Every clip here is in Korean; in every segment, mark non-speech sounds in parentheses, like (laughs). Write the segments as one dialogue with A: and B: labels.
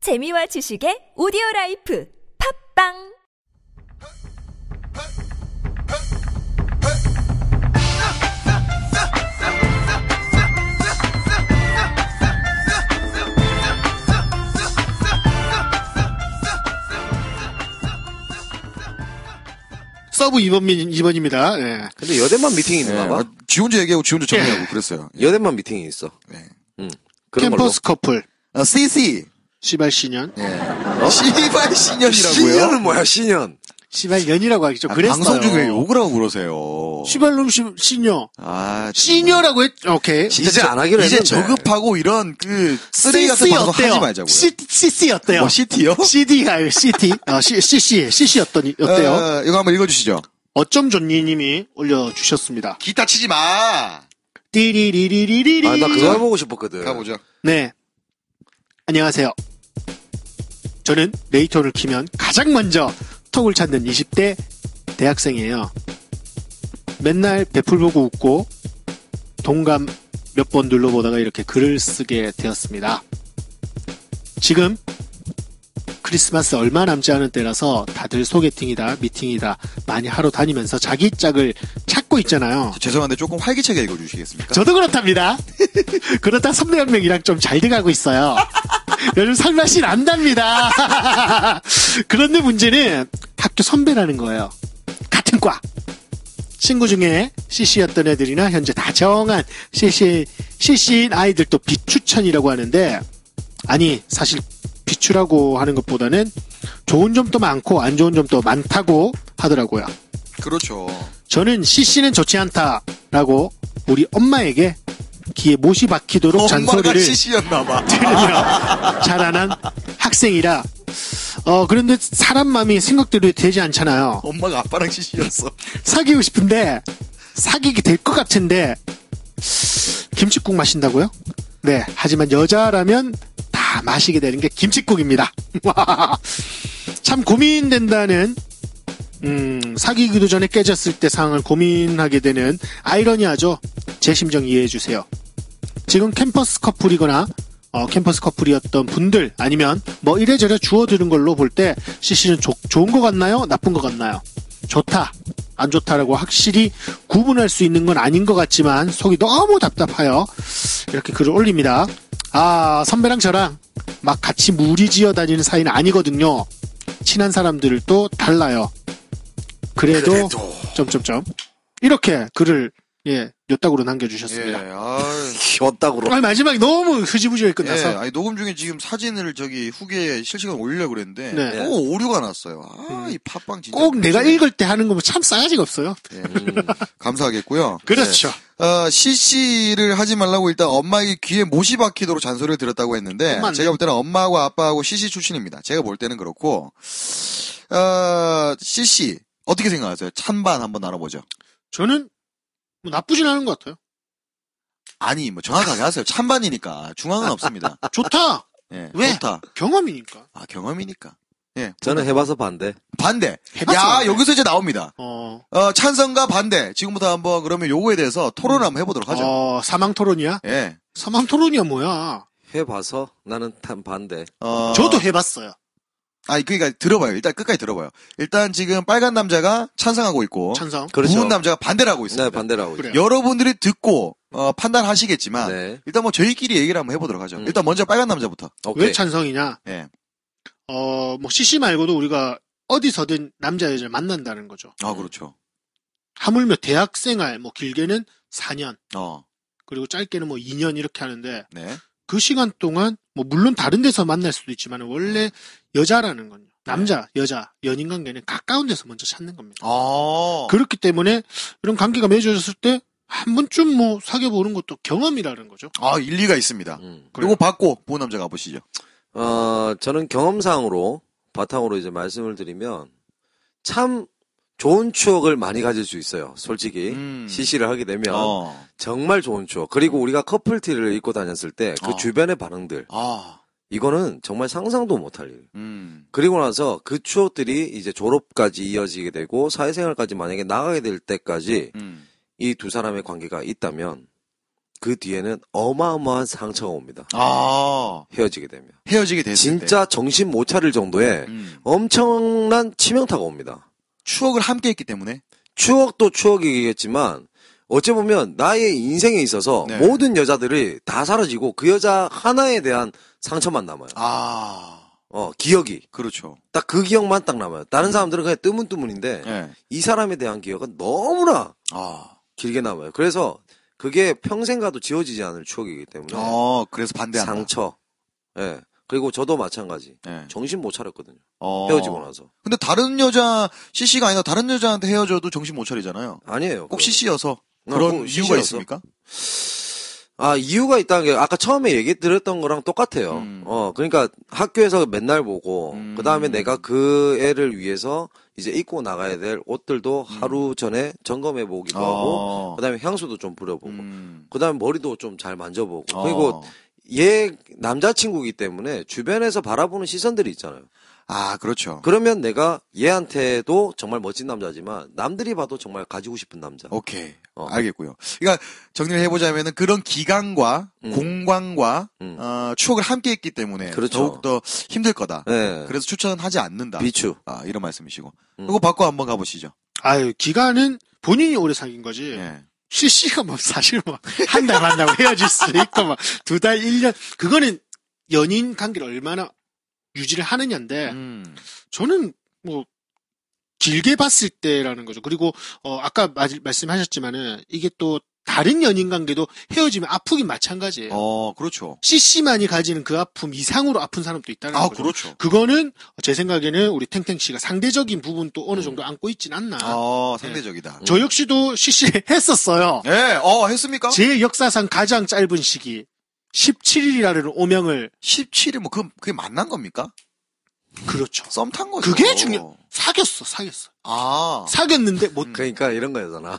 A: 재미와 지식의 오디오 라이프 팝빵
B: 서브 2번민, 2번입니다. 예.
C: 근데 여대만 미팅이 있는가 봐.
D: 네, 아, 지 혼자 얘기하고 지 혼자 정리하고 그랬어요. 어, 예.
C: 여대만 미팅이 있어.
D: 네.
C: 응. 그런 걸로.
B: 캠퍼스 커플.
D: 아, CC.
B: 시발 신년.
D: 네. 어? 시발 신년이라고요?
C: 신년은 뭐야, 신년.
B: 시발 연이라고 하겠죠.
D: 아,
B: 그랬어요.
D: 방송 중에 욕을 하고 그러세요.
B: 시발놈 시, 신녀.
D: 아,
B: 신녀라고 했, 오케이.
C: 진짜 이제 안 하기로
D: 이제
C: 했는데.
D: 저급하고 이런 그 쓰레기 같은
B: CC
D: 방송 하지 말자고요.
B: C, CC 어때요?
D: 뭐, CT요?
B: CD가요, CT. 어, C,
D: (laughs)
B: CC, CC 어떠니, 어때요?
D: 어, 이거 한번 읽어주시죠.
B: 어쩜 좋니 님이 올려주셨습니다.
D: 기타 치지 마.
B: 띠리리리리리리.
C: 아, 나 그거 해보고 싶었거든.
D: 가보죠.
B: 네. 안녕하세요. 저는 레이톤을 키면 가장 먼저 톡을 찾는 20대 대학생이에요. 맨날 배풀 보고 웃고 동감 몇 번 눌러보다가 이렇게 글을 쓰게 되었습니다. 지금 크리스마스 얼마 남지 않은 때라서 다들 소개팅이다, 미팅이다 많이 하러 다니면서 자기 짝을 찾고 있잖아요.
D: 죄송한데 조금 활기차게 읽어주시겠습니까?
B: 저도 그렇답니다. (laughs) 그렇다 선배한명이랑 좀 잘 돼가고
D: (laughs)
B: 있어요. 요즘 살맛이 난답니다. (laughs) 그런데 문제는 학교 선배라는 거예요. 같은 과. 친구 중에 CC였던 애들이나 현재 다 정한 CC, CC인 아이들도 비추천이라고 하는데, 아니, 사실 비추라고 하는 것보다는 좋은 점도 많고 안 좋은 점도 많다고 하더라고요.
D: 그렇죠.
B: 저는 CC는 좋지 않다라고 우리 엄마에게 귀에 못이 박히도록
D: 엄마가
B: 잔소리를
D: CC였나봐.
B: 들으며 (laughs) 자라난 학생이라 어 그런데 사람 마음이 생각대로 되지 않잖아요.
D: 엄마가 아빠랑 CC였어.
B: 사귀고 싶은데 사귀게 될 것 같은데 김치국 마신다고요? 네. 하지만 여자라면 다 마시게 되는 게 김치국입니다. (laughs) 참 고민된다는 음, 사귀기도 전에 깨졌을 때 상황을 고민하게 되는 아이러니하죠. 제 심정 이해해 주세요. 지금 캠퍼스 커플이거나 어, 캠퍼스 커플이었던 분들 아니면 뭐 이래저래 주워들은 걸로 볼 때 CC는 좋은 것 같나요? 나쁜 것 같나요? 좋다, 안 좋다라고 확실히 구분할 수 있는 건 아닌 것 같지만 속이 너무 답답하여 이렇게 글을 올립니다. 아, 선배랑 저랑 막 같이 무리지어 다니는 사이는 아니거든요. 친한 사람들을 또 달라요. 그래도, 점점점 이렇게 글을 예, 요딱으로 남겨주셨습니다.
D: 아,
C: 키웠다고.
B: 아 마지막에 너무 흐지부지하게 끝나서
D: 예, 아니, 녹음 중에 지금 사진을 저기 후기에 실시간 올리려고 그랬는데
B: 네. 음.
D: 꼭 오류가 났어요. 아, 이 팟빵 진짜 그렇죠.
B: 꼭 내가 읽을 때 하는 거면 참 싸가지가 없어요.
D: 예, 감사하겠고요.
B: (laughs) 그렇죠.
D: 네. 어, CC를 하지 말라고 일단 엄마에게 귀에 못이 박히도록 잔소리를 들었다고 했는데
B: 엄마네.
D: 제가 볼 때는 엄마하고 아빠하고 CC 출신입니다. 제가 볼 때는 그렇고 어, CC 어떻게 생각하세요? 찬반 한번 나눠보죠.
B: 저는 뭐 나쁘진 않은 것 같아요.
D: 아니 뭐 정확하게 하세요. 찬반이니까 중앙은
B: (laughs)
D: 없습니다.
B: 좋다.
D: 예,
B: 왜?
D: 좋다.
B: 경험이니까.
D: 아 경험이니까. 예,
C: 저는 해봐서 반대.
D: 반대.
B: 해봤죠.
D: 야 여기서 이제 나옵니다.
B: 어,
D: 어, 찬성과 반대. 지금부터 한번 그러면 요거에 대해서 토론을 한번 해보도록 하죠.
B: 어, 사망 토론이야?
D: 예.
B: 사망 토론이야 뭐야?
C: 해봐서 나는 탄 반대.
D: 어,
B: 저도 해봤어요.
D: 아니, 그러니까 들어봐요. 일단 끝까지 들어봐요. 일단 지금 빨간 남자가 찬성하고 있고,
B: 찬성.
C: 그렇죠.
D: 부은 남자가 반대를 하고
C: 네,
D: 있습니다.
C: 반대라고.
B: 그래요.
D: 여러분들이 듣고 어, 판단하시겠지만
C: 네.
D: 일단 뭐 저희끼리 얘기를 한번 해보도록 하죠.
C: 음.
D: 일단 먼저 빨간 아, 남자부터.
C: 오케이.
B: 왜 찬성이냐?
D: 예.
B: 어, 뭐 CC 말고도 우리가 어디서든 남자 여자를 만난다는 거죠.
D: 아 그렇죠.
B: 하물며 대학생활 뭐 길게는 4년
D: 어,
B: 그리고 짧게는 뭐 2년 이렇게 하는데
D: 네.
B: 그 시간 동안 뭐 물론 다른 데서 만날 수도 있지만 원래 여자라는 건요. 남자, 여자, 연인 관계는 가까운 데서 먼저 찾는 겁니다.
D: 아,
B: 그렇기 때문에 이런 관계가 맺어졌을 때 한 번쯤 뭐 사귀어 보는 것도 경험이라는 거죠.
D: 아 일리가 있습니다.
C: 음.
B: 그래요.
D: 요거 받고 부은 남자 가보시죠.
C: 어, 저는 경험상으로 바탕으로 이제 말씀을 드리면 참 좋은 추억을 많이 가질 수 있어요. 솔직히.
D: 음.
C: 시시를 하게 되면
D: 어,
C: 정말 좋은 추억. 그리고 우리가 커플티를 입고 다녔을 때 그
D: 음. 어.
C: 주변의 반응들.
D: 아,
C: 이거는 정말 상상도 못할 일.
D: 음,
C: 그리고 나서 그 추억들이 이제 졸업까지 이어지게 되고 사회생활까지 만약에 나가게 될 때까지
D: 음,
C: 이 두 사람의 관계가 있다면 그 뒤에는 어마어마한 상처가 옵니다.
D: 아,
C: 헤어지게 되면.
D: 헤어지게 됐을 때.
C: 진짜 정신 못 차릴 정도의
D: 네. 음,
C: 엄청난 치명타가 옵니다.
D: 추억을 함께 했기 때문에.
C: 추억도 추억이겠지만 어찌 보면 나의 인생에 있어서
D: 네.
C: 모든 여자들이 다 사라지고 그 여자 하나에 대한 상처만 남아요.
D: 아,
C: 어, 기억이.
D: 그렇죠.
C: 딱 그 기억만 딱 남아요. 다른 사람들은 그냥 뜨문뜨문인데
D: 예.
C: 이 사람에 대한 기억은 너무나
D: 아,
C: 길게 남아요. 그래서 그게 평생 가도 지워지지 않을 추억이기 때문에
D: 어, 그래서 반대한다.
C: 상처. 예. 그리고 저도 마찬가지.
D: 예.
C: 정신 못 차렸거든요.
D: 어.
C: 헤어지고 나서.
D: 근데 다른 여자 CC가 아니라 다른 여자한테 헤어져도 정신 못 차리잖아요.
C: 아니에요.
D: 꼭
C: 그-
D: CC여서
C: 어,
D: 그런
C: 꼭
D: 이유가
C: CC여서.
D: 있습니까?
C: 아, 이유가 있다는 게 아까 처음에 얘기 드렸던 거랑 똑같아요.
D: 음.
C: 어, 그러니까 학교에서 맨날 보고,
D: 음.
C: 그 다음에 내가 그 애를 위해서 이제 입고 나가야 될 옷들도
D: 음.
C: 하루 전에 점검해 보기도 하고,
D: 어.
C: 그 다음에 향수도 좀 뿌려보고,
D: 음.
C: 그 다음에 머리도 좀 잘 만져보고,
D: 어.
C: 그리고 얘 남자친구이기 때문에 주변에서 바라보는 시선들이 있잖아요.
D: 아, 그렇죠.
C: 그러면 내가 얘한테도 정말 멋진 남자지만 남들이 봐도 정말 가지고 싶은 남자.
D: 오케이.
C: 어.
D: 알겠고요. 그러니까 정리를 해보자면은 그런 기간과
C: 음.
D: 공간과
C: 음.
D: 어, 추억을 함께 했기 때문에
C: 그렇죠.
D: 더욱 더 힘들 거다.
C: 예.
D: 그래서 추천은 하지 않는다.
C: 비추.
D: 아, 이런 말씀이시고.
C: 음.
D: 그거 바꿔 한번 가보시죠.
B: 아유, 네. 기간은 본인이 오래 사귄 거지.
D: 예.
B: CC가 뭐 사실 뭐 한 달 만나고 헤어질 수 있고 뭐 막두 달, 일 년 그거는 연인 관계를 얼마나 유지를 하느냐인데
D: 음.
B: 저는 뭐 길게 봤을 때라는 거죠. 그리고 어 아까 마- 말씀하셨지만은 이게 또 다른 연인 관계도 헤어지면 아프긴 마찬가지예요.
D: 어, 그렇죠.
B: CC만이 가지는 그 아픔 이상으로 아픈 사람도 있다는
D: 아,
B: 거죠.
D: 그렇죠.
B: 그거는 제 생각에는 우리 탱탱 씨가 상대적인 부분도
D: 음.
B: 어느 정도 안고 있진 않나.
D: 어, 상대적이다.
B: 저 역시도 CC (laughs) 했었어요.
D: 예, 어, 했습니까?
B: 제 역사상 가장 짧은 시기 17일이라는 오명을
D: 17일, 뭐, 그, 그게 만난 겁니까?
B: 그렇죠.
D: 썸 탄 거죠.
B: 그게 중요. 사귀었어, 사귀었어.
D: 아.
C: (laughs)
B: 사귀었는데 못
C: 그러니까 이런 거잖아.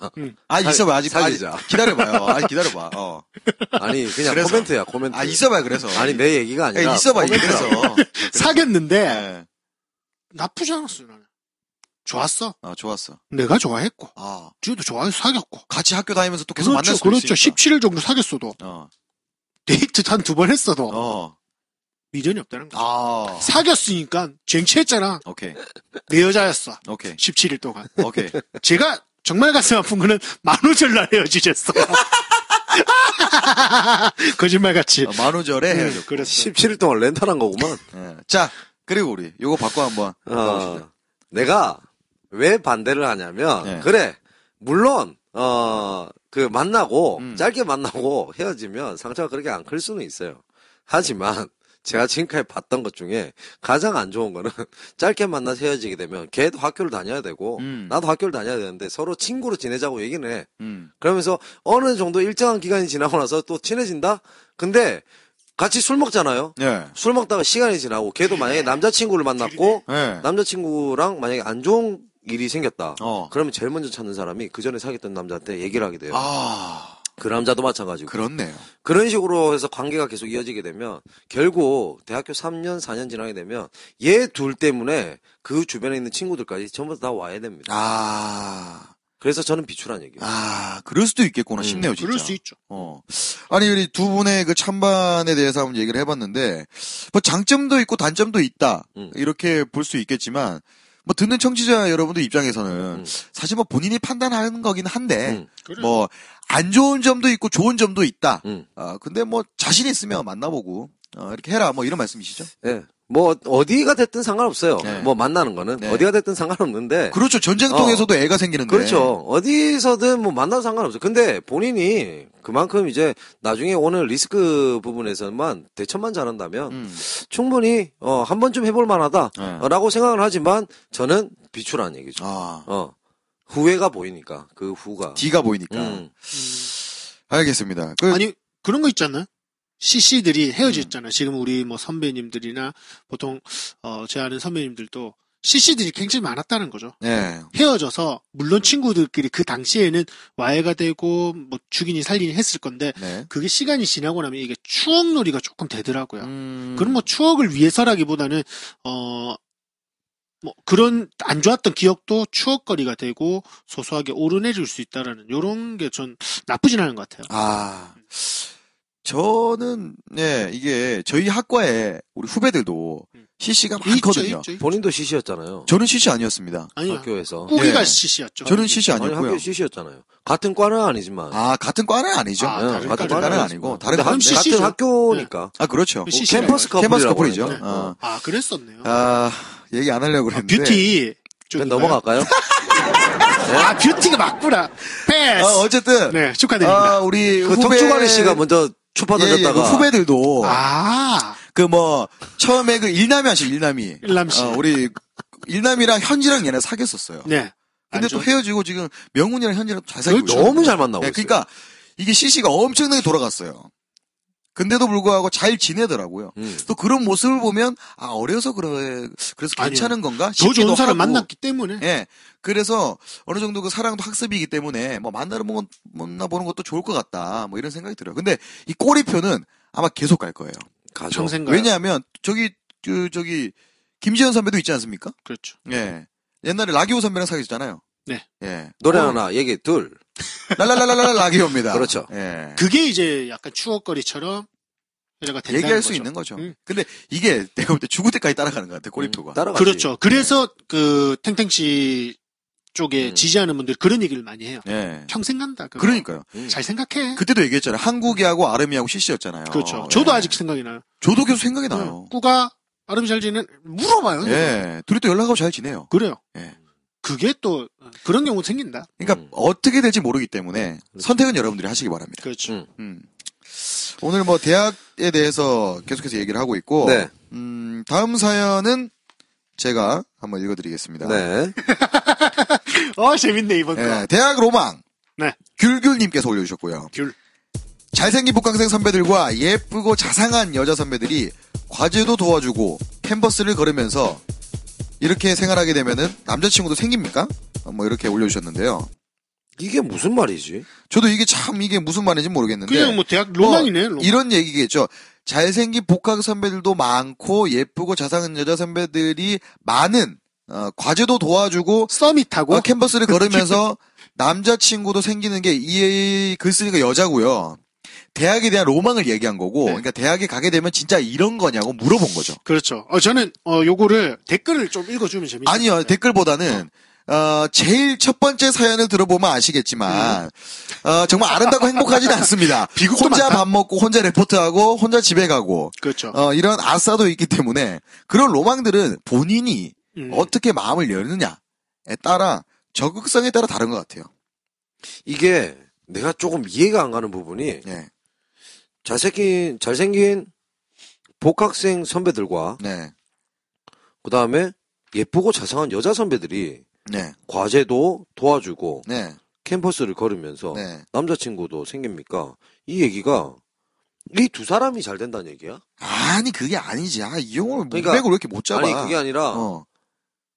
D: 아,
C: 사-
D: 있어봐. 아직, 아직
C: 사귀자.
D: 기다려봐요. 아직 기다려봐. 어.
C: 아니 그냥
D: 그래서.
C: 코멘트야 코멘트.
D: 아, 있어봐, 그래서.
C: 아니 내 얘기가
D: 예,
C: 아니라
D: 있어봐, 이거
C: 코멘트라고.
D: 그래서.
B: 사귀었는데
D: 예.
B: 나쁘지 않았어요 나는. 좋았어.
D: 어, 좋았어.
B: 내가 좋아했고
D: 아.
B: 쥐도 좋아해서 사귀었고.
D: 같이 학교 다니면서 또 계속 만날
B: 그렇죠,
D: 수
B: 그렇죠.
D: 있으니까.
B: 17일 정도 사귀었어도
D: 어.
B: 데이트 한 두 번 했어도
D: 어.
B: 미련이 없다는 거.
D: 아.
B: 사귀었으니까 쟁취했잖아.
D: 오케이.
B: 내 여자였어. (laughs)
D: 오케이.
B: 17일 동안.
D: 오케이. 어,
B: 제가 정말 가슴 아픈 거는 만우절 날 헤어지셨어. (laughs) 거짓말같이.
D: 어, 만우절에
B: 네.
D: 헤어졌고.
B: 그랬어.
C: 17일 동안 렌탈한 거구만.
D: 예. 자, 그리고 우리 요거 바꿔 한번
C: 어,
D: 가보시죠.
C: 내가 왜 반대를 하냐면
D: 네.
C: 그래 물론 어, 그 만나고
D: 음.
C: 짧게 만나고 헤어지면 상처가 그렇게 안 클 수는 있어요. 하지만 제가 지금까지 봤던 것 중에 가장 안 좋은 거는 (laughs) 짧게 만나서 헤어지게 되면 걔도 학교를 다녀야 되고
D: 음.
C: 나도 학교를 다녀야 되는데 서로 친구로 지내자고 얘기는 해.
D: 음.
C: 그러면서 어느 정도 일정한 기간이 지나고 나서 또 친해진다? 근데 같이 술 먹잖아요?
D: 예.
C: 술 먹다가 시간이 지나고 걔도 만약에 남자친구를 만났고
D: 예.
C: 남자친구랑 만약에 안 좋은 일이 생겼다.
D: 어.
C: 그러면 제일 먼저 찾는 사람이 그 전에 사귀었던 남자한테 얘기를 하게 돼요.
D: 아.
C: 그 남자도 마찬가지고.
D: 그렇네요.
C: 그런 식으로 해서 관계가 계속 이어지게 되면 결국 대학교 3년, 4년 지나게 되면 얘 둘 때문에 그 주변에 있는 친구들까지 전부 다 와야 됩니다.
D: 아.
C: 그래서 저는 비추란 얘기예요.
D: 아, 그럴 수도 있겠구나
C: 음,
D: 싶네요, 진짜.
B: 그럴 수 있죠.
D: 어. 아니, 우리 두 분의 그 찬반에 대해서 한번 얘기를 해봤는데, 뭐 장점도 있고 단점도 있다.
C: 음.
D: 이렇게 볼 수 있겠지만, 뭐 듣는 청취자 여러분들 입장에서는,
C: 음.
D: 사실 뭐 본인이 판단하는 거긴 한데,
C: 음.
B: 그래요.
D: 뭐 안 좋은 점도 있고 좋은 점도 있다.
C: 음.
D: 아, 근데 뭐 자신 있으면 만나보고, 어, 이렇게 해라. 뭐 이런 말씀이시죠?
C: 예. 뭐 어디가 됐든 상관없어요.
D: 네.
C: 뭐 만나는 거는
D: 네.
C: 어디가 됐든 상관없는데
D: 그렇죠. 전쟁통에서도 애가 생기는데.
C: 네. 어. 그렇죠. 어디서든 뭐 만나도 상관없어요. 근데 본인이 그만큼 이제 나중에 오늘 리스크 부분에서만 대처만 잘한다면
D: 음.
C: 충분히 어 한 번쯤 해볼
D: 네.
C: 만하다라고 생각을 하지만 저는 비추라는 얘기죠.
D: 아,
C: 어 후회가 보이니까 그 후가
D: D가 보이니까.
C: 음.
D: 알겠습니다. 그,
B: 아니 그런 거 있잖아요. CC들이
D: 음.
B: 헤어졌잖아요. 지금 우리 뭐 선배님들이나 보통 어, 제 아는 선배님들도 CC들이 굉장히 많았다는 거죠.
D: 예.
B: 헤어져서
D: 음.
B: 물론 친구들끼리 그 당시에는 와해가 되고 뭐 죽이니 살리니 했을 건데
D: 네.
B: 그게 시간이 지나고 나면 이게 추억놀이가 조금 되더라고요.
D: 음.
B: 그럼 뭐 추억을 위해서라기보다는 어. 뭐 그런 안 좋았던 기억도 추억거리가 되고 소소하게 오르내릴 수 있다라는 요런 게 전 나쁘진 않은 것 같아요.
D: 아, 저는 예 이게 저희 학과에 우리 후배들도
B: 음.
D: CC가
B: 있죠,
D: 많거든요.
B: 있죠, 있죠.
C: 본인도 CC였잖아요.
D: 저는 CC 아니었습니다.
B: 아니요.
C: 학교에서.
B: 우리가
D: 네.
B: CC였죠.
D: 저는 CC
C: 아니, 학교
D: 아니었고요.
C: CC였잖아요. 같은 과는 아니지만.
D: 아 같은 과는 아니죠.
B: 아,
C: 예,
B: 다른
D: 같은
B: 과는
D: 과는
B: 아니죠.
D: 아니고
C: 근데
D: 다른
B: 학- 그럼
D: 과는
C: 같은,
B: CC 죠.
C: 학교니까.
D: 아 그렇죠.
B: 그
C: 뭐
B: CC 죠.
C: 캠퍼스 커플이라고
D: 캠퍼스 커플이죠.
C: 하잖아요.
D: 어.
B: 아, 그랬었네요.
D: 아 얘기 안 하려고
B: 아,
D: 그랬는데
B: 뷰티.
C: 그냥
B: 쪽인가요?
C: 넘어갈까요?
B: 아, 뷰티가 맞구나. 패스.
D: 아, 어쨌든
B: 네, 축하드립니다.
D: 아, 우리
C: 그
D: 후배
C: 덕주관의 씨가 먼저 추파
D: 예, 예,
C: 던졌다가
D: 그 후배들도
B: 아,
D: 그 뭐 처음에 그 일남이 아시 일남이
B: 일남 씨.
D: 어, 우리 일남이랑 현지랑 얘네 사귀었었어요.
B: 네.
D: 근데
B: 알죠. 그렇죠.
D: 또 헤어지고 지금 명훈이랑 현지랑 잘 사귀고 있어요.
C: 너무 잘 만나고
D: 예,
C: 있어요.
D: 그러니까 이게 CC가 엄청나게 돌아갔어요. 근데도 불구하고 잘 지내더라고요.
C: 음.
D: 또 그런 모습을 보면 아 어려서 그래 그래서
B: 아니요.
D: 괜찮은 건가
B: 더
D: 싶기도
B: 좋은 사람
D: 하고.
B: 만났기 때문에.
D: 예. 그래서 어느 정도 그 사랑도 학습이기 때문에 뭐 만나러 뭐- 만나보는 것도 좋을 것 같다. 뭐 이런 생각이 들어요. 근데 이 꼬리표는 아마 계속 갈 거예요.
C: 가죠.
B: 정생각.
D: 그렇죠. 왜냐하면 저기 그 저기 김지현 선배도 있지 않습니까?
B: 그렇죠.
C: 네.
D: 예. 옛날에 라기오 선배랑 사귀었잖아요.
B: 네.
D: 예.
C: 노래
D: 어,
C: 하나, 얘기 둘.
D: 랄랄랄랄라 라기오입니다.
C: 그렇죠.
D: 예.
B: 그게 이제 약간 추억거리처럼 얘가 된다는
D: 얘기할
B: 거죠.
D: 수 있는 거죠.
B: 음.
D: 근데 이게 내가 볼 때 죽을 때까지 따라가는 것 같아,
C: 음,
D: 꼬리표가.
C: 따라가지.
D: 네.
B: 그렇죠. 그래서 그 탱탱 씨 쪽에
C: 음.
B: 지지하는 분들 그런 얘기를 많이 해요.
D: 예.
B: 평생 간다. 그거.
D: 그러니까요.
C: 음.
B: 잘 생각해.
D: 그때도 얘기했잖아요. 한국이하고 아름이하고 CC였잖아요.
B: 그렇죠. 저도 아직
D: 예.
B: 생각이 나요.
D: 저도 계속 생각이 나요.
B: 음. 꾸가 아름 잘 지는
C: 네.
B: 물어봐요.
D: 음. 예. 둘이 또 연락하고 잘 지내요.
B: 그래요.
D: 예.
B: 그게 또 그런 경우 생긴다.
D: 그러니까
C: 음.
D: 어떻게 될지 모르기 때문에
C: 그렇죠.
D: 선택은 여러분들이 하시기 바랍니다.
B: 그렇죠.
C: 음.
D: 음. 오늘 뭐 대학에 대해서 계속해서 얘기를 하고 있고
C: 네.
D: 음, 다음 사연은 제가 한번 읽어드리겠습니다.
C: 네.
B: 어 재밌네 이번
D: 예,
B: 거.
D: 대학 로망
B: 네.
D: 귤귤님께서 올려주셨고요.
B: 귤.
D: 잘생긴 복학생 선배들과 예쁘고 자상한 여자 선배들이 과제도 도와주고 캔버스를 걸으면서 이렇게 생활하게 되면은 남자친구도 생깁니까? 어, 뭐 이렇게 올려주셨는데요.
C: 이게 무슨 말이지?
D: 저도 이게 참 이게 무슨 말인지 모르겠는데
B: 그냥 뭐 대학 로망이네. 로망.
D: 이런 얘기겠죠. 잘생긴 복학 선배들도 많고 예쁘고 자상한 여자 선배들이 많은 어, 과제도 도와주고
B: 서밋하고
D: 어,
B: 그
D: 캔버스를 걸으면서 남자친구도 생기는 게 이글 그 쓰니까 여자고요. 대학에 대한 로망을 얘기한 거고,
B: 네.
D: 그러니까 대학에 가게 되면 진짜 이런 거냐고 물어본 거죠.
B: 그렇죠. 어 저는 어 요거를 댓글을 좀 읽어주면 재밌.
D: 아니요 댓글보다는 어, 제일 첫 번째 사연을 들어보면 아시겠지만 어, 정말 아름답고 행복하진 않습니다.
B: (laughs) 비극도
D: 혼자
B: 많다.
D: 밥 먹고 혼자 레포트하고 혼자 집에 가고
B: 그렇죠.
D: 어, 이런 아싸도 있기 때문에 그런 로망들은 본인이
B: 음.
D: 어떻게 마음을 여느냐에 따라 적극성에 따라 다른 것 같아요.
C: 이게 내가 조금 이해가 안 가는 부분이
B: 네.
D: 예,
C: 잘생긴, 잘생긴 복학생 선배들과
D: 네,
C: 그 다음에 예쁘고 자상한 여자 선배들이
D: 네,
C: 과제도 도와주고
D: 네,
C: 캠퍼스를 걸으면서
D: 네.
C: 남자친구도 생깁니까? 이 얘기가 이 두 사람이 잘 된다는 얘기야?
D: 아니 그게 아니지. 아, 이 형을
C: 그러니까-
D: 무백을 왜 이렇게 못 잡아?
C: 아니 그게 아니라
D: 어,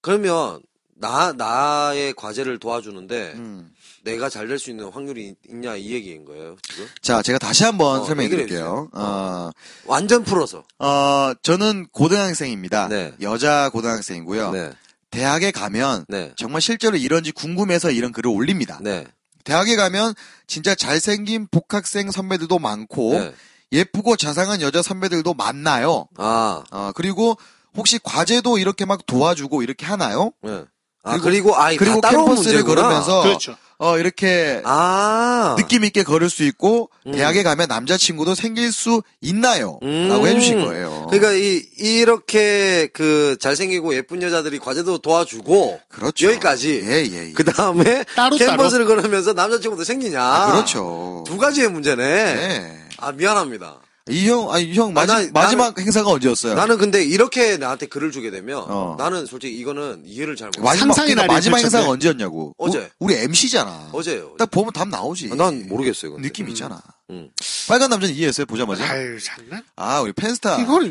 C: 그러면 나 나의 과제를 도와주는데
D: 음.
C: 내가 잘 될 수 있는 확률이 있- 있냐 이 얘기인 거예요 지금
D: 자, 제가 다시 한번
C: 어,
D: 설명해
C: 얘기를
D: 드릴게요.
C: 해주세요.
D: 어,
C: 완전 풀어서
D: 어, 저는 고등학생입니다.
C: 네.
D: 여자 고등학생이고요.
C: 네
D: 대학에 가면
C: 네.
D: 정말 실제로 이런지 궁금해서 이런 글을 올립니다.
C: 네.
D: 대학에 가면 진짜 잘생긴 복학생 선배들도 많고
C: 네.
D: 예쁘고 자상한 여자 선배들도 많나요?
C: 아,
D: 어, 그리고 혹시 과제도 이렇게 막 도와주고 이렇게 하나요?
C: 예. 아
D: 그리고-
C: 그리고 아이
D: 그리고
C: 다 따로
D: 캠퍼스를
C: 문제구나.
D: 걸으면서
B: 그렇죠.
D: 어, 이렇게
C: 아
D: 느낌 있게 걸을 수 있고
C: 음.
D: 대학에 가면 남자친구도 생길 수 있나요?
C: 음.
D: 라고 해주신 거예요.
C: 그러니까 이 이렇게 그 잘생기고 예쁜 여자들이 과제도 도와주고
D: 그렇죠.
C: 여기까지.
D: 예, 예, 예.
C: 그 다음에
B: 따로,
C: 캠퍼스를 걸으면서 남자친구도 생기냐
D: 아, 그렇죠.
C: 두 가지의 문제네
D: 네.
C: 아 미안합니다
D: 이 형, 아니, 형,
C: 아,
D: 마지,
C: 나-
D: 마지막 행사가 언제였어요?
C: 나는 근데 이렇게 나한테 글을 주게 되면
D: 어.
C: 나는 솔직히 이거는 이해를 잘 못해.
D: 마지막,
B: 상상의
D: 그러니까
B: 날이
D: 마지막
B: 펼쳤네.
D: 행사가 언제였냐고.
C: 어제.
D: 우, 리 MC잖아.
C: 어제요.
D: 딱 보면 답 나오지.
C: 아, 난 모르겠어요. 근데.
D: 느낌 있잖아.
C: 음.
D: 빨간 남자는 이해했어요? 보자마자.
B: 아유 장난.
D: 아, 우리 팬스타.
B: 이걸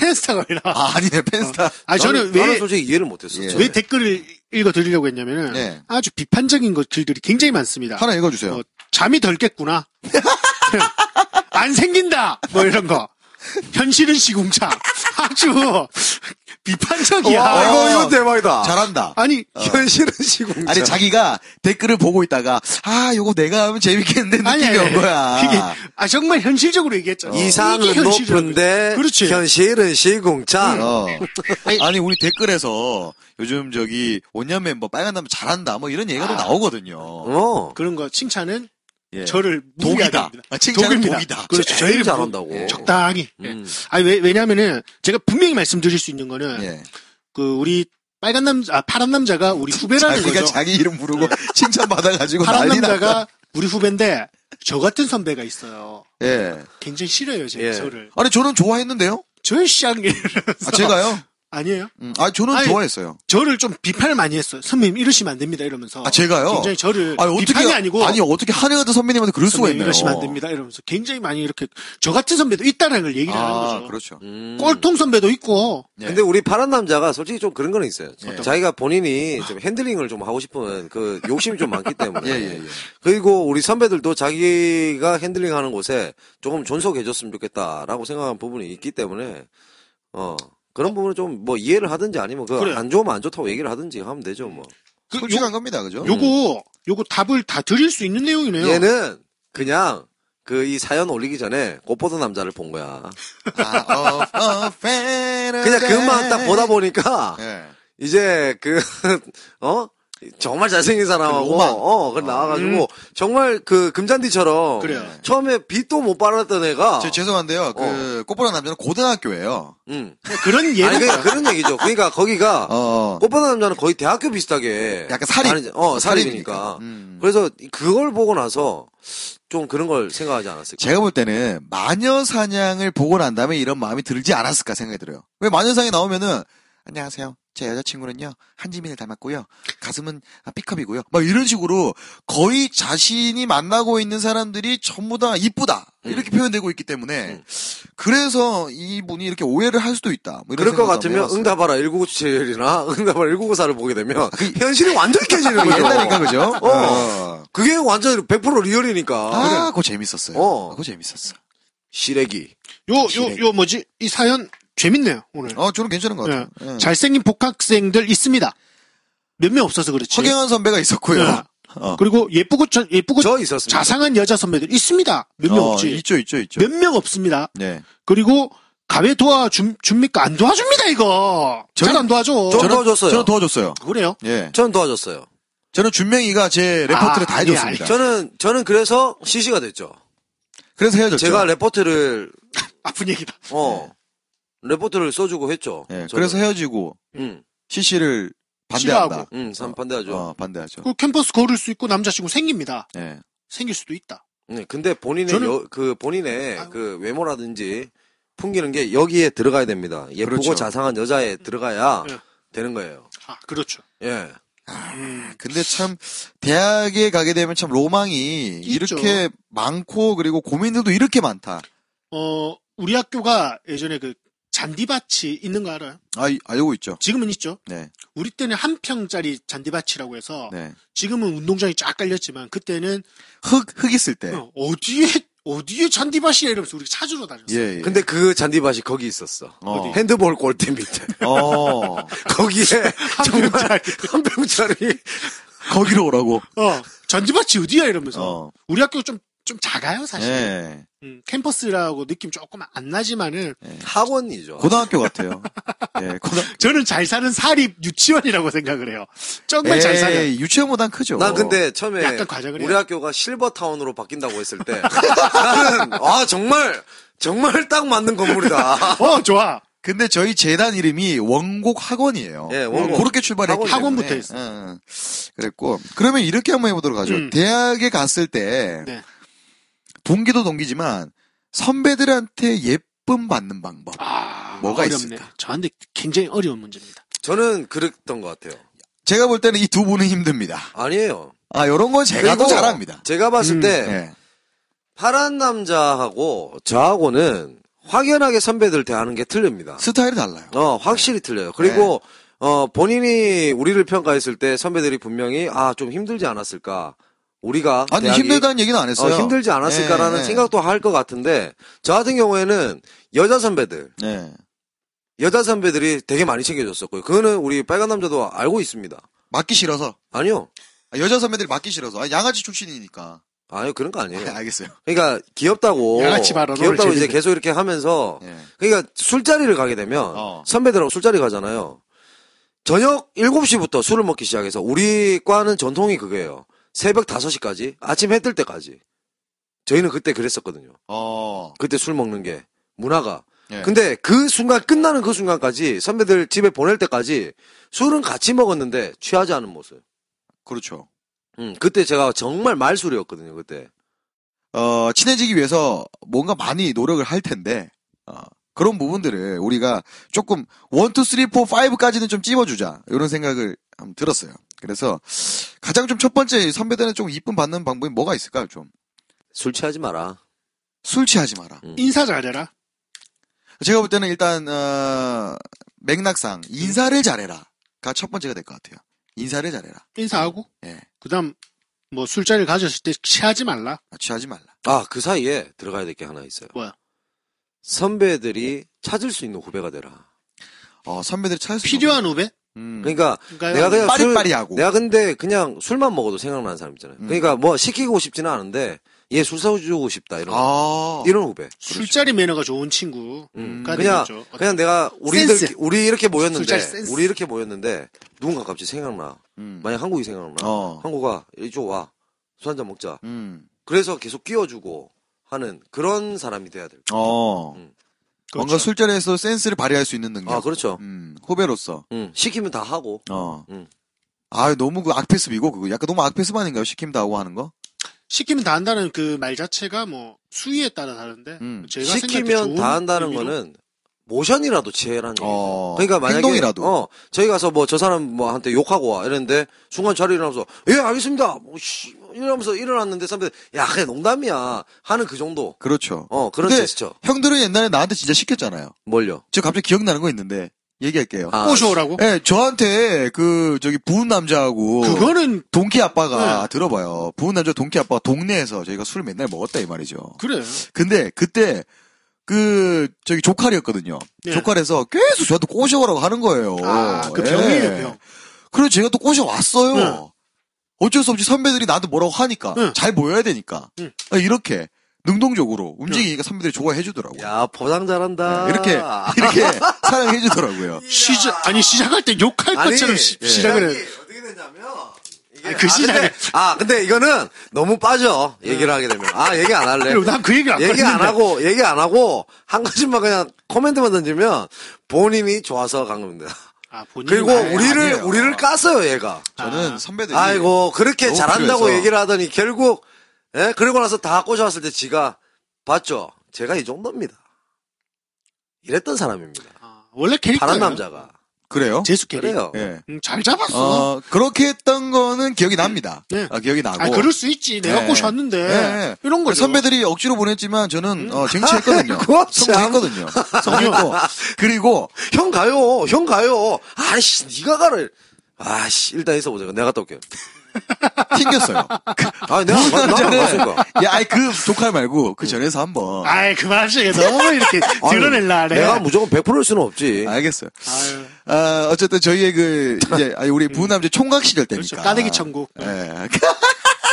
B: 팬스타가이라.
D: 아, 아니네, 팬스타.
B: 아 저는
C: 나는
B: 왜
C: 솔직히 이해를 못했어.
D: 예.
C: 요
B: 왜 댓글을 읽어드리려고 했냐면은
D: 네.
B: 아주 비판적인 것 글들이 굉장히 많습니다.
D: 하나 읽어주세요.
B: 어, 잠이 덜 깼구나. (laughs) 안 생긴다. 뭐 이런 거. 현실은 시궁창. 아주 비판적이야.
D: 어,
C: 아, 이거, 이거 대박이다.
D: 잘한다.
B: 어. 아니,
C: (laughs) 현실은 시공차.
D: 아니 자기가 댓글을 보고 있다가 아 요거 내가 하면 재밌겠는데
B: 아니,
D: 느낌이 온 거야.
B: 그게, 아, 정말 현실적으로 얘기했잖아.
C: 어. 이상은
B: 이게 현실적으로.
C: 높은데
B: 그렇지.
C: 현실은 시공차.
D: 어.
B: 음.
D: 아니 우리 댓글에서 요즘 저기 온년 멤버 빨간 남자 잘한다 뭐 이런
B: 아.
D: 얘기가 또 나오거든요.
C: 어.
B: 그런 거, 칭찬은
D: 예.
B: 저를 무리하게
D: 독이다.
B: 합니다.
D: 아, 칭찬은
B: 독입니다.
D: 독이다. 네.
B: 그렇죠.
C: 제일
B: 저희를
C: 잘한다고.
B: 무- 적당히. 예.
C: 음.
B: 아니, 왜, 왜냐면은, 제가 분명히 말씀드릴 수 있는 거는,
D: 예.
B: 그, 우리, 빨간 남자, 아, 파란 남자가 우리 후배라는
D: 자기가
B: 거죠.
D: 그러니까 자기 이름 부르고 (laughs) 칭찬 받아가지고
B: 파란
D: 난리 났다.
B: 남자가 우리 후배인데, 저 같은 선배가 있어요.
D: 예.
B: 굉장히 싫어요, 제가
C: 예.
B: 저를.
D: 아니 저는 좋아했는데요.
B: 저를 싫어하는 게
D: 아, 제가요.
B: 아니에요.
D: 음, 아 저는
B: 아니,
D: 좋아했어요.
B: 저를 좀 비판을 많이 했어요. 선배님 이러시면 안 됩니다 이러면서.
D: 아 제가요.
B: 굉장히 저를
D: 아니, 어떻게
B: 비판이 아니고
D: 아니 어떻게 한혜가드 선배님한테 그럴 수가
B: 선배님
D: 있나요?
B: 이러시면 안 됩니다 이러면서 굉장히 많이 이렇게 저 같은 선배도 있다는 걸 얘기를
D: 아
B: 하는 거죠.
D: 그렇죠.
C: 음.
B: 꼴통 선배도 있고
D: 예.
C: 근데 우리 파란 남자가 솔직히 좀 그런 건 있어요.
D: 예.
C: 자기가 본인이 좀 핸들링을 좀 하고 싶은 그 욕심이 좀 많기 때문에.
D: 예, 예, 예.
C: 그리고 우리 선배들도 자기가 핸들링 하는 곳에 조금 존속해줬으면 좋겠다라고 생각한 부분이 있기 때문에, 어, 그런 부분은 좀 뭐 이해를 하든지 아니면 그
B: 그래요.
C: 안 좋으면 안 좋다고 얘기를 하든지 하면 되죠, 뭐.
B: 그
D: 솔직한 겁니다, 그죠?
B: 요, 요거 요거 답을 다 드릴 수 있는 내용이네요.
C: 얘는 그냥 그 이 사연 올리기 전에 꽃보다 남자를 본 거야.
D: 아, 어, 어,
C: 그냥 그만 딱 보다 보니까
D: 예.
C: 이제 그, (laughs) 어? 정말 잘생긴
D: 그
C: 사람하고,
D: 로망. 음.
C: 어, 그 나와가지고, 정말 그 금잔디처럼,
B: 그래요.
C: 처음에 빛도 못 발랐던 애가,
D: 저
C: 어.
D: 죄송한데요. 그 꽃보라 남자는 고등학교예요.
C: 음.
B: 그런 예를
C: 아니, 그러니까 그런 얘기죠. 그러니까 거기가,
D: 어.
C: 꽃보다 남자는 거의 대학교 비슷하게.
D: 약간 사립.
C: 아니, 어,
D: 사립이니까.
C: 사립이니까.
D: 음.
C: 그래서 그걸 보고 나서, 좀 그런 걸 생각하지 않았을까.
D: 제가 볼 때는 마녀 사냥을 보고 난 다음에 이런 마음이 들지 않았을까 생각이 들어요. 왜 마녀 사냥이 나오면은 안녕하세요. 제 여자친구는요 한지민을 닮았고요. 가슴은 아, B컵이고요. 막 이런 식으로 거의 자신이 만나고 있는 사람들이 전부 다 이쁘다 이렇게
C: 음.
D: 표현되고 있기 때문에 그래서 이분이 이렇게 오해를 할 수도 있다. 뭐 이런
C: 그럴 것
D: 생각도 한번
C: 같으면
D: 해봤어요. 어,
C: 응답하라 1997이나 (laughs) 응답하라 1994를 보게 되면 현실이 완전 깨지는 거예요.
D: 그 (laughs) 옛날이니까 그죠?
C: 아, 어. 그게 완전 100% 리얼이니까.
D: 아, 그거 재밌었어요.
C: 어.
D: 그거 재밌었어.
C: 시래기.
B: 요 요 요 뭐지 이 사연 재밌네요 오늘.
D: 어, 저는 괜찮은 것 같아요.
B: 예.
D: 예.
B: 잘생긴 복학생들 있습니다. 몇 명 없어서 그렇지.
D: 허경환 선배가 있었고요.
B: 예.
D: 어.
B: 그리고 예쁘고 저, 예쁘고
C: 저 있었습니다.
B: 자상한 여자 선배들 있습니다. 몇 명
D: 어,
B: 없지.
D: 있죠, 있죠, 있죠.
B: 몇 명 없습니다.
D: 네.
B: 그리고 가왜 도와줍니까? 안 도와줍니다 이거. 잘 안 도와줘.
C: 저는 도와줬어요.
D: 저는 도와줬어요.
B: 그래요?
D: 예.
C: 저는 도와줬어요.
D: 저는 준명이가 제 레포트를
B: 아,
D: 다 해줬습니다.
B: 예,
C: 저는 저는 그래서 시시가 됐죠.
D: 그래서 헤어졌죠.
C: 제가 레포트를
B: 아픈 얘기다.
C: 어 레포트를 써주고 했죠. 저는.
D: 예. 네. 그래서 헤어지고
C: 음,
D: CC를 반대한다.
B: 싫어하고.
C: 음, 산 반대하죠.
D: 어, 반대하죠.
B: 그 캠퍼스 걸을 수 있고 남자친구 생깁니다.
D: 예.
B: 생길 수도 있다.
C: 네, 근데 본인의
B: 저는-
C: 여- 그 본인의
B: 아유.
C: 그 외모라든지 풍기는 게 여기에 들어가야 됩니다. 예쁘고
D: 그렇죠.
C: 자상한 여자에 들어가야
B: 예.
C: 되는 거예요.
B: 아 그렇죠.
C: 예.
D: 근데 참 대학에 가게 되면 참 로망이
B: 있죠.
D: 이렇게 많고 그리고 고민들도 이렇게 많다.
B: 어 우리 학교가 예전에 그 잔디밭이 있는 거 알아요?
D: 아, 이- 알고 있죠.
B: 지금은 있죠.
D: 네.
B: 우리 때는 한 평짜리 잔디밭이라고 해서
D: 네.
B: 지금은 운동장이 쫙 깔렸지만 그때는
D: 흙, 흙 있을 때.
B: 어, 어디에 어디에 잔디밭이야 이러면서 우리가 찾으러 다녔어요.
D: 예, 예.
C: 근데 그 잔디밭이 거기 있었어.
D: 어.
B: 어디?
C: 핸드볼 골대
D: (laughs)
C: 밑에
D: 어.
C: 거기에 정말 (laughs) 한 병짜리
D: 거기로 오라고.
B: 어 잔디밭이 어디야 이러면서
D: 어.
B: 우리 학교 좀 좀 작아요 사실.
D: 예.
B: 음, 캠퍼스라고 느낌 조금 안 나지만은
C: 학원이죠.
D: 네. 고등학교 같아요. 예. 고등
B: 저는 잘 사는 사립 유치원이라고 생각을 해요. 정말 잘 사는.
D: 에이, 예, 유치원보단 크죠.
C: 난 근데 처음에
B: 약간 과장을
C: 우리
B: 해요.
C: 학교가 실버타운으로 바뀐다고 했을 때 나는 아 정말 정말 딱 맞는 건물이다.
B: 어 좋아.
D: 근데 저희 재단 이름이 원곡 학원이에요.
C: 예, 원곡.
D: 그렇게 출발했기
C: 학원
B: 학원부터
D: 때문에.
B: 했어요.
D: 응, 응. 그랬고 그러면 이렇게 한번 해보도록 하죠.
B: 음.
D: 대학에 갔을 때
B: 네.
D: 동기도 동기지만 선배들한테 예쁨 받는 방법.
B: 아,
D: 뭐가
B: 어렵네.
D: 있을까?
B: 저한테 굉장히 어려운 문제입니다.
C: 저는 그랬던 것 같아요.
D: 제가 볼 때는 이 두 분은 힘듭니다.
C: 아니에요.
D: 아 이런 건 제가 더
C: 그리고
D: 잘합니다.
C: 제가 봤을
B: 음,
C: 때
D: 예.
C: 파란 남자하고 저하고는 확연하게 선배들 대하는 게 틀립니다.
D: 스타일이 달라요.
C: 어 확실히 틀려요. 그리고
D: 네.
C: 어 본인이 우리를 평가했을 때 선배들이 분명히 아 좀 힘들지 않았을까. 우리가
D: 아니
C: 대학이
D: 힘들다는 얘기는 안 했어요.
C: 어, 힘들지
B: 네.
C: 않았을까라는
D: 예, 예.
C: 생각도 할 것 같은데 저 같은 경우에는 여자 선배들
D: 예.
C: 여자 선배들이 되게 많이 챙겨줬었고요. 그거는 우리 빨간 남자도 알고 있습니다.
D: 맞기 싫어서
C: 아니요.
D: 아, 여자 선배들이 맞기 싫어서 아, 양아치 출신이니까
C: 아니요, 그런 거 아니에요.
D: 네, 알겠어요.
C: 그러니까 귀엽다고
B: 양아치 네. 발언을
C: 귀엽다고 이제
B: 재밌네.
C: 계속 이렇게 하면서
D: 예.
C: 그러니까 술자리를 가게 되면
D: 어.
C: 선배들하고 술자리 가잖아요. 저녁 7시부터 술을 먹기 시작해서 우리 과는 전통이 그거예요. 새벽 5시까지 아침 해 뜰 때까지. 저희는 그때 그랬었거든요.
D: 어.
C: 그때 술 먹는 게 문화가.
D: 예.
C: 근데 그 순간 끝나는 그 순간까지 선배들 집에 보낼 때까지 술은 같이 먹었는데 취하지 않은 모습.
D: 그렇죠.
C: 음, 그때 제가 정말 말술이었거든요, 그때.
D: 어, 친해지기 위해서 뭔가 많이 노력을 할 텐데, 어, 그런 부분들을 우리가 조금 1, 2, 3, 4, 5까지는 좀 찝어주자. 이런 생각을 한번 들었어요. 그래서 가장 좀 첫 번째 선배들은 좀 이쁨 받는 방법이 뭐가 있을까요? 좀.
C: 술 취하지 마라.
D: 술 취하지 마라.
B: 인사 잘해라.
D: 제가 볼 때는 일단, 어, 맥락상 인사를 잘해라. 가첫 번째가 될 것 같아요. 인사를 잘해라.
B: 인사하고
D: 예.
B: 그다음 뭐 술자리를 가졌을 때 취하지 말라.
D: 취하지 말라.
C: 아, 그 사이에 들어가야 될 게 하나 있어요.
B: 뭐야?
C: 선배들이 찾을 수 있는 후배가 되라.
D: 어, 선배들이 찾을 수 있는
B: 필요한 후배?
D: 방법. 음.
C: 그러니까
B: 그러니까
C: 내가 그냥 술-
D: 빠리빠리하고. 음.
C: 내가 근데 그냥 술만 먹어도 생각나는 사람 있잖아요. 그러니까 뭐 시키고 싶지는 않은데 얘 술 사주고 싶다 이런
D: 아.
C: 이런 후배.
B: 술자리 매너가 좋은 친구가
C: 음, 그냥
B: 되는 거죠.
C: 그냥 내가 우리들
B: 그렇죠. 센스.
C: 우리 이렇게
B: 술자리
C: 모였는데
B: 센스.
C: 우리 이렇게 모였는데 누군가 갑자기 생각나.
D: 음.
C: 만약 한국이 생각나.
D: 어.
C: 한국아 이쪽 와. 술 한잔 먹자.
D: 음.
C: 그래서 계속 끼워주고 하는 그런 사람이 돼야 될.
D: 어.
C: 음.
D: 뭔가
B: 그렇죠.
D: 술자리에서 센스를 발휘할 수 있는 능력.
C: 아 그렇죠.
D: 음, 후배로서.
C: 음, 시키면 다 하고.
D: 어.
C: 음.
D: 아 너무 그 악패습이고 그거 약간 너무 악패습 아닌가요? 시키면 다 하고 하는 거?
B: 시키면 다 한다는 그 말 자체가 뭐 수위에 따라 다른데
D: 음.
B: 제가 생각할 때
C: 시키면
B: 좋은
C: 다 한다는
B: 의미로
C: 거는 모션이라도 취해라는 얘기죠.
D: 어,
C: 그러니까 만약에
D: 행동이라도.
C: 어, 저희 가서 뭐 저 사람 뭐한테 욕하고 와 이랬는데 순간 자리 일어나면서 예 알겠습니다. 뭐, 씨, 이러면서 일어났는데 선배 야 그냥 농담이야 하는 그 정도.
D: 그렇죠.
C: 어 그런
D: 근데
C: 제스처.
D: 형들은 옛날에 나한테 진짜 시켰잖아요.
C: 뭘요?
D: 저 갑자기 기억나는 거 있는데 얘기할게요.
C: 아,
B: 꼬셔오라고?
D: 예, 저한테 그 저기 부은 남자하고
B: 그거는
D: 동키 아빠가
B: 네.
D: 들어봐요. 부은 남자 동키 아빠가 동네에서 저희가 술 맨날 먹었다 이 말이죠.
B: 그래.
D: 근데 그때 그 저기 조카리였거든요.
B: 네.
D: 조카리에서 계속 저한테 꼬셔오라고 하는 거예요.
B: 아, 그
D: 예.
B: 병이에요, 네. 병.
D: 그래서 제가 또 꼬셔왔어요.
B: 응.
D: 어쩔 수 없이 선배들이 나한테 뭐라고 하니까
B: 응.
D: 잘 보여야 되니까
B: 응.
D: 아, 이렇게 능동적으로 움직이니까
B: 네.
D: 선배들이 좋아해 주더라고요.
C: 야 포장 잘한다.
D: 이렇게 이렇게 (laughs) 사랑해 주더라고요.
B: 시작 아니 시작할 때 욕할 것처럼 시,
C: 예.
B: 작을 해.
C: 어떻게 되냐면 이게-
B: 아니, 그
C: 아,
B: 시작에-
C: 근데, 아 근데 이거는 너무 빠져 얘기를 하게 되면 아 얘기 안 할래.
B: 그리고 난그 얘기를 안
C: 얘기 안
B: 꺼냈는데.
C: 하고 얘기 안 하고 한 가지만 그냥 코멘트만 던지면 본인이 좋아서 간 겁니다.
B: 아, 본인이
C: 그리고
B: 말해.
C: 우리를
D: 아니에요.
C: 우리를 깠어요 얘가.
D: 저는
B: 아.
D: 선배들이
C: 아이고 그렇게
D: 너무
C: 잘한다고
D: 필요해서.
C: 얘기를 하더니 결국 예? 그러고 나서 다 꽂아왔을 때 지가 봤죠. 제가 이 정도입니다. 이랬던 사람입니다.
B: 아, 원래 캐릭터
C: 다른 남자가
D: 그래요.
B: 재수 캐릭.
C: 그래요.
D: 예.
B: 음, 잘 잡았어.
D: 어, 그렇게 했던 거는 기억이 납니다.
B: 네.
D: 아, 기억이 나고.
B: 아, 그럴 수 있지. 내가
C: 예.
D: 네.
B: 꼬셨는데
D: 네.
B: 예. 이런
C: 그
B: 거죠. 음.
D: 선배들이 억지로 보냈지만 저는
B: (laughs)
D: 어, 쟁취했거든요.
C: 아이고, 참.
D: 성공했거든요. 성공했고 그리고
C: 형 가요, 형 가요. 아씨, 네가 가를. 아씨, 일단 있어보자. 내가 갔다 올게.
D: 튕겼어요.
C: 아, 내가 안 가-
D: (laughs)
C: 나는 안
D: 남자는
C: 갔으니까.
D: 야, 아이 그 조카 말고 그 전에서 한번
B: 아이 그만하시게 너무 이렇게
C: (laughs) 아유,
B: 드러낼라 하네.
C: 내가 뭐 무조건 100%일 수는 없지.
D: 알겠어요.
B: 음. 아유,
D: 아, 어쨌든 저희의 그 이제 아니, 우리 부남제 총각 시절 때니까.
B: 그렇죠. 까대기 천국.
D: 예.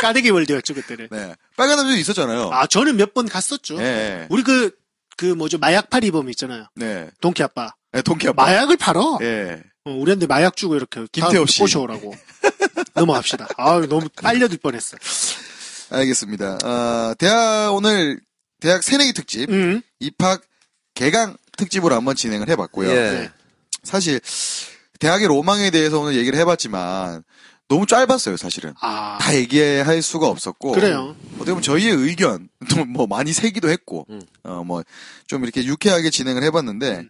B: 까대기 월드였죠 그때는.
D: 네. 빨간 남자 있었잖아요.
B: 아 저는 몇 번 갔었죠.
D: 어. 예.
B: 우리 그 그 뭐죠 마약 파리범 있잖아요.
D: 네.
B: 동키 아빠.
D: 네, 동키 아빠.
B: 마약을 팔어.
D: 예.
B: 어, 우리한테 마약 주고 이렇게
D: 김태호 씨. (laughs)
B: 꼬셔오라고. 넘어갑시다. 아유 너무 빨려들 뻔했어.
D: 알겠습니다. 아, 대학 오늘 대학 새내기 특집
B: 음.
D: 입학 개강 특집으로 한번 진행을 해 봤고요.
C: 예.
B: 네.
D: 사실 대학의 로망에 대해서 오늘 얘기를 해 봤지만 너무 짧았어요, 사실은.
B: 아
D: 다 얘기할 수가 없었고
B: 그래요.
D: 어떻게 보면 저희의 의견 또 뭐 많이 새기도 했고
C: 음.
D: 어 뭐 좀 이렇게 유쾌하게 진행을 해봤는데
B: 음.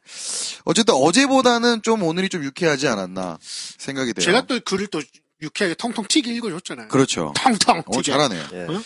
D: 어쨌든 어제보다는 좀 오늘이 좀 유쾌하지 않았나 생각이 돼요.
B: 제가 또 글을 또 유쾌하게 통통 튀게 읽어줬잖아요.
D: 그렇죠.
B: 통통
D: 어
B: 튀게.
D: 잘하네요.
C: 예.
B: 응?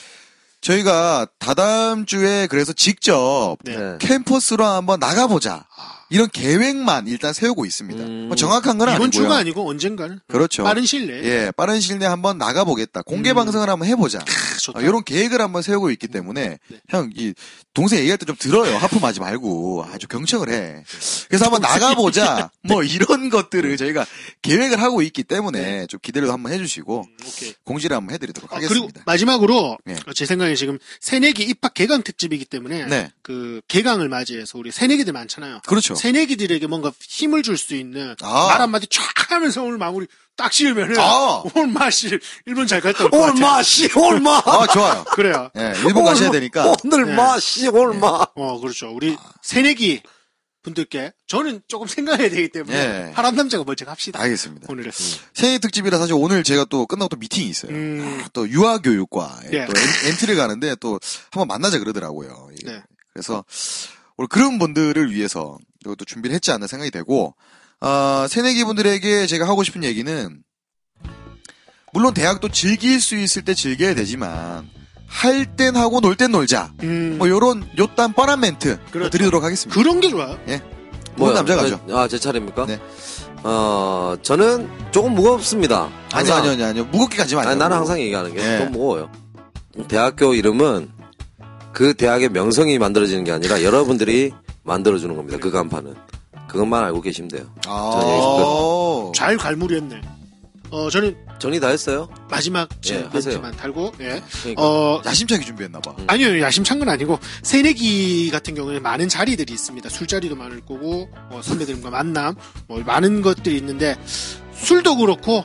D: 저희가 다다음 주에 그래서 직접
B: 네.
C: 예.
D: 캠퍼스로 한번 나가보자. 이런 계획만 일단 세우고 있습니다.
C: 음.
D: 뭐 정확한
B: 이번
D: 건 아니고요.
B: 주가 아니고 언젠가는
D: 그렇죠.
B: 빠른 시일 내에
D: 예, 빠른 시일 내에 한번 나가보겠다. 공개 방송을 한번 해보자.
B: 음. 크, 좋다. 네.
D: 아, 이런 계획을 한번 세우고 있기 때문에 형 이 동생 얘기할 때 좀 들어요. 하품하지 말고 아주 경청을 해. 그래서 한번 나가보자. 뭐 이런 것들을
B: 네.
D: 저희가 계획을 하고 있기 때문에 좀 기대를 한번 해주시고
B: 오케이.
D: 공지를 한번 해드리도록
B: 네. 음. 아, 그리고
D: 하겠습니다.
B: 마지막으로
D: 예.
B: 제 생각에 지금 새내기 입학 개강 특집이기 때문에
D: 네.
B: 그 개강을 맞이해서 우리 새내기들 많잖아요.
D: 그렇죠.
B: 새내기들에게 뭔가 힘을 줄 수 있는
D: 아.
B: 말 한마디 쫙 하면서 오늘 마무리 딱 지으면은
D: 아.
B: 오늘 마실 일본 잘 갔다 올 것 같아요.
C: 올마 씨 올마.
D: 아 좋아요.
B: 그래요.
D: 예, 일본 가셔야 되니까
C: 오늘
B: 네.
C: 마씨 올마.
B: 어 그렇죠. 우리 새내기 분들께 저는 조금 생각해야 되기 때문에
D: 예.
B: 파란 남자가 먼저 갑시다.
D: 알겠습니다.
B: 오늘은
D: 새해 특집이라 사실 오늘 제가 또 끝나고 또 미팅이 있어요.
B: 음.
D: 아, 또 유아교육과에
B: 예.
D: 또 엔, 엔트를 가는데 또 한번 만나자 그러더라고요. 예.
B: 네.
D: 그래서 오늘 그런 분들을 위해서 이것도 준비를 했지 않나 생각이 되고 아, 새내기 분들에게 제가 하고 싶은 얘기는 물론 대학도 즐길 수 있을 때 즐겨야 되지만 할 땐 하고 놀 땐 놀자.
B: 음,
D: 뭐 요런 요딴 뻔한 멘트
B: 그렇죠.
D: 드리도록 하겠습니다.
B: 그런 게 좋아요.
D: 뭐 남자가 죠
C: 아, 제 차례입니까?
D: 네.
C: 어, 저는 조금 무겁습니다.
D: 아니 아니 아니 아니 무겁게 가지 마요.
C: 그, 아니, 나는 항상 얘기하는 게
D: 예.
C: 좀 무거워요. 대학교 이름은 그 대학의 명성이 만들어지는 게 아니라 여러분들이 만들어주는 겁니다. 그 간판은. 그것만 알고 계시면 돼요. 저는
D: 아.
B: 잘 갈무리했네. 어 저는
C: 정리 다 했어요?
B: 마지막 제
C: 예, 하세요.
B: 멘트만 달고 예.
C: 그러니까.
B: 어
D: 야심차게 준비했나 봐.
B: 아니요 야심찬 건 아니고 새내기 같은 경우에는 많은 자리들이 있습니다 술자리도 많을 거고 뭐 선배들과 만남 뭐 많은 것들이 있는데 술도 그렇고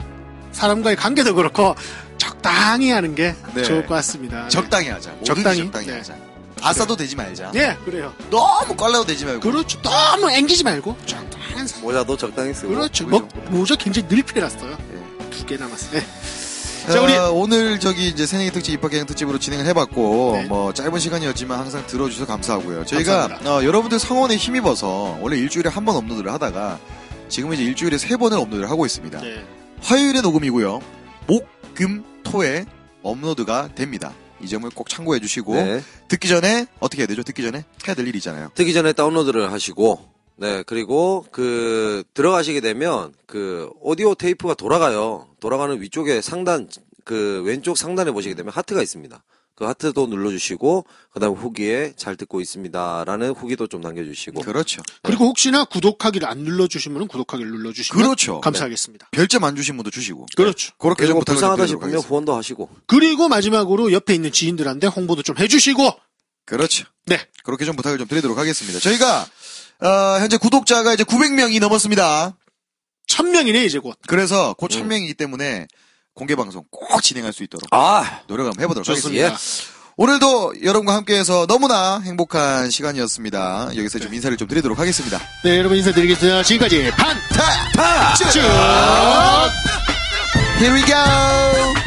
B: 사람과의 관계도 그렇고 적당히 하는 게
D: 네.
B: 좋을 것 같습니다
D: 적당히 하자. 뭐든지
B: 적당히?
D: 적당히
B: 네.
D: 하자. 아싸도 되지 말자.
B: 예 그래요
D: 너무 껄려도 되지 말고.
B: 그렇죠 너무 앵기지 말고 적당한 사
C: 모자도 적당히 쓰고.
B: 그렇죠
D: 그죠.
B: 뭐 모자 굉장히 늘필해놨어요
D: 예.
B: 두 개 남았어요 예.
D: 자,
B: 자, 우리-
D: 어, 오늘 저기 이제 새내기 특집 입학 개강 특집으로 진행을 해봤고
B: 네.
D: 뭐 짧은 시간이었지만 항상 들어주셔서 감사하고요. 저희가
B: 감사합니다.
D: 어, 여러분들 성원에 힘입어서 원래 일주일에 한 번 업로드를 하다가 지금 이제 일주일에 세 번을 업로드를 하고 있습니다.
B: 네.
D: 화요일에 녹음이고요. 목, 금, 토에 업로드가 됩니다. 이 점을 꼭 참고해 주시고
C: 네.
D: 듣기 전에 어떻게 해야 되죠? 듣기 전에 해야 될 일이 있잖아요.
C: 듣기 전에 다운로드를 하시고, 네, 그리고 그, 들어가시게 되면 그, 오디오 테이프가 돌아가요. 돌아가는 위쪽에 상단, 그, 왼쪽 상단에 보시게 되면 하트가 있습니다. 그 하트도 눌러주시고, 그 다음 후기에 잘 듣고 있습니다. 라는 후기도 좀 남겨주시고.
B: 뭐.
D: 그렇죠.
B: 그리고 혹시나 구독하기를 안 눌러주시면 구독하기를 눌러주시면
D: 그렇죠.
B: 감사하겠습니다
D: 별점 안 주신 분도 주시고.
B: 그렇죠
D: 그렇게 좀
C: 그리고
D: 부탁을
C: 불쌍하다
D: 드리도록
C: 싶으면
D: 하겠습니다.
C: 후원도 하시고.
B: 그리고 마지막으로 옆에 있는 지인들한테 홍보도 좀 해주시고
D: 그렇죠.
B: 네
D: 그렇게 좀 부탁을 좀 드리도록 하겠습니다. 저희가 어, 현재 구독자가 이제 900명이 넘었습니다.
B: 1000명이네 이제 곧
D: 그래서
C: 음.
D: 곧 1000명이기 때문에 공개 방송 꼭 진행할 수 있도록
C: 아!
D: 노력 한번 해보도록
C: 좋습니다.
D: 하겠습니다. 오늘도 여러분과 함께해서 너무나 행복한 시간이었습니다. 여기서
C: 네.
D: 좀 인사를 좀 드리도록 하겠습니다.
B: 네 여러분 인사드리겠습니다 지금까지 반
D: 타!
B: 쭉
D: Here we go.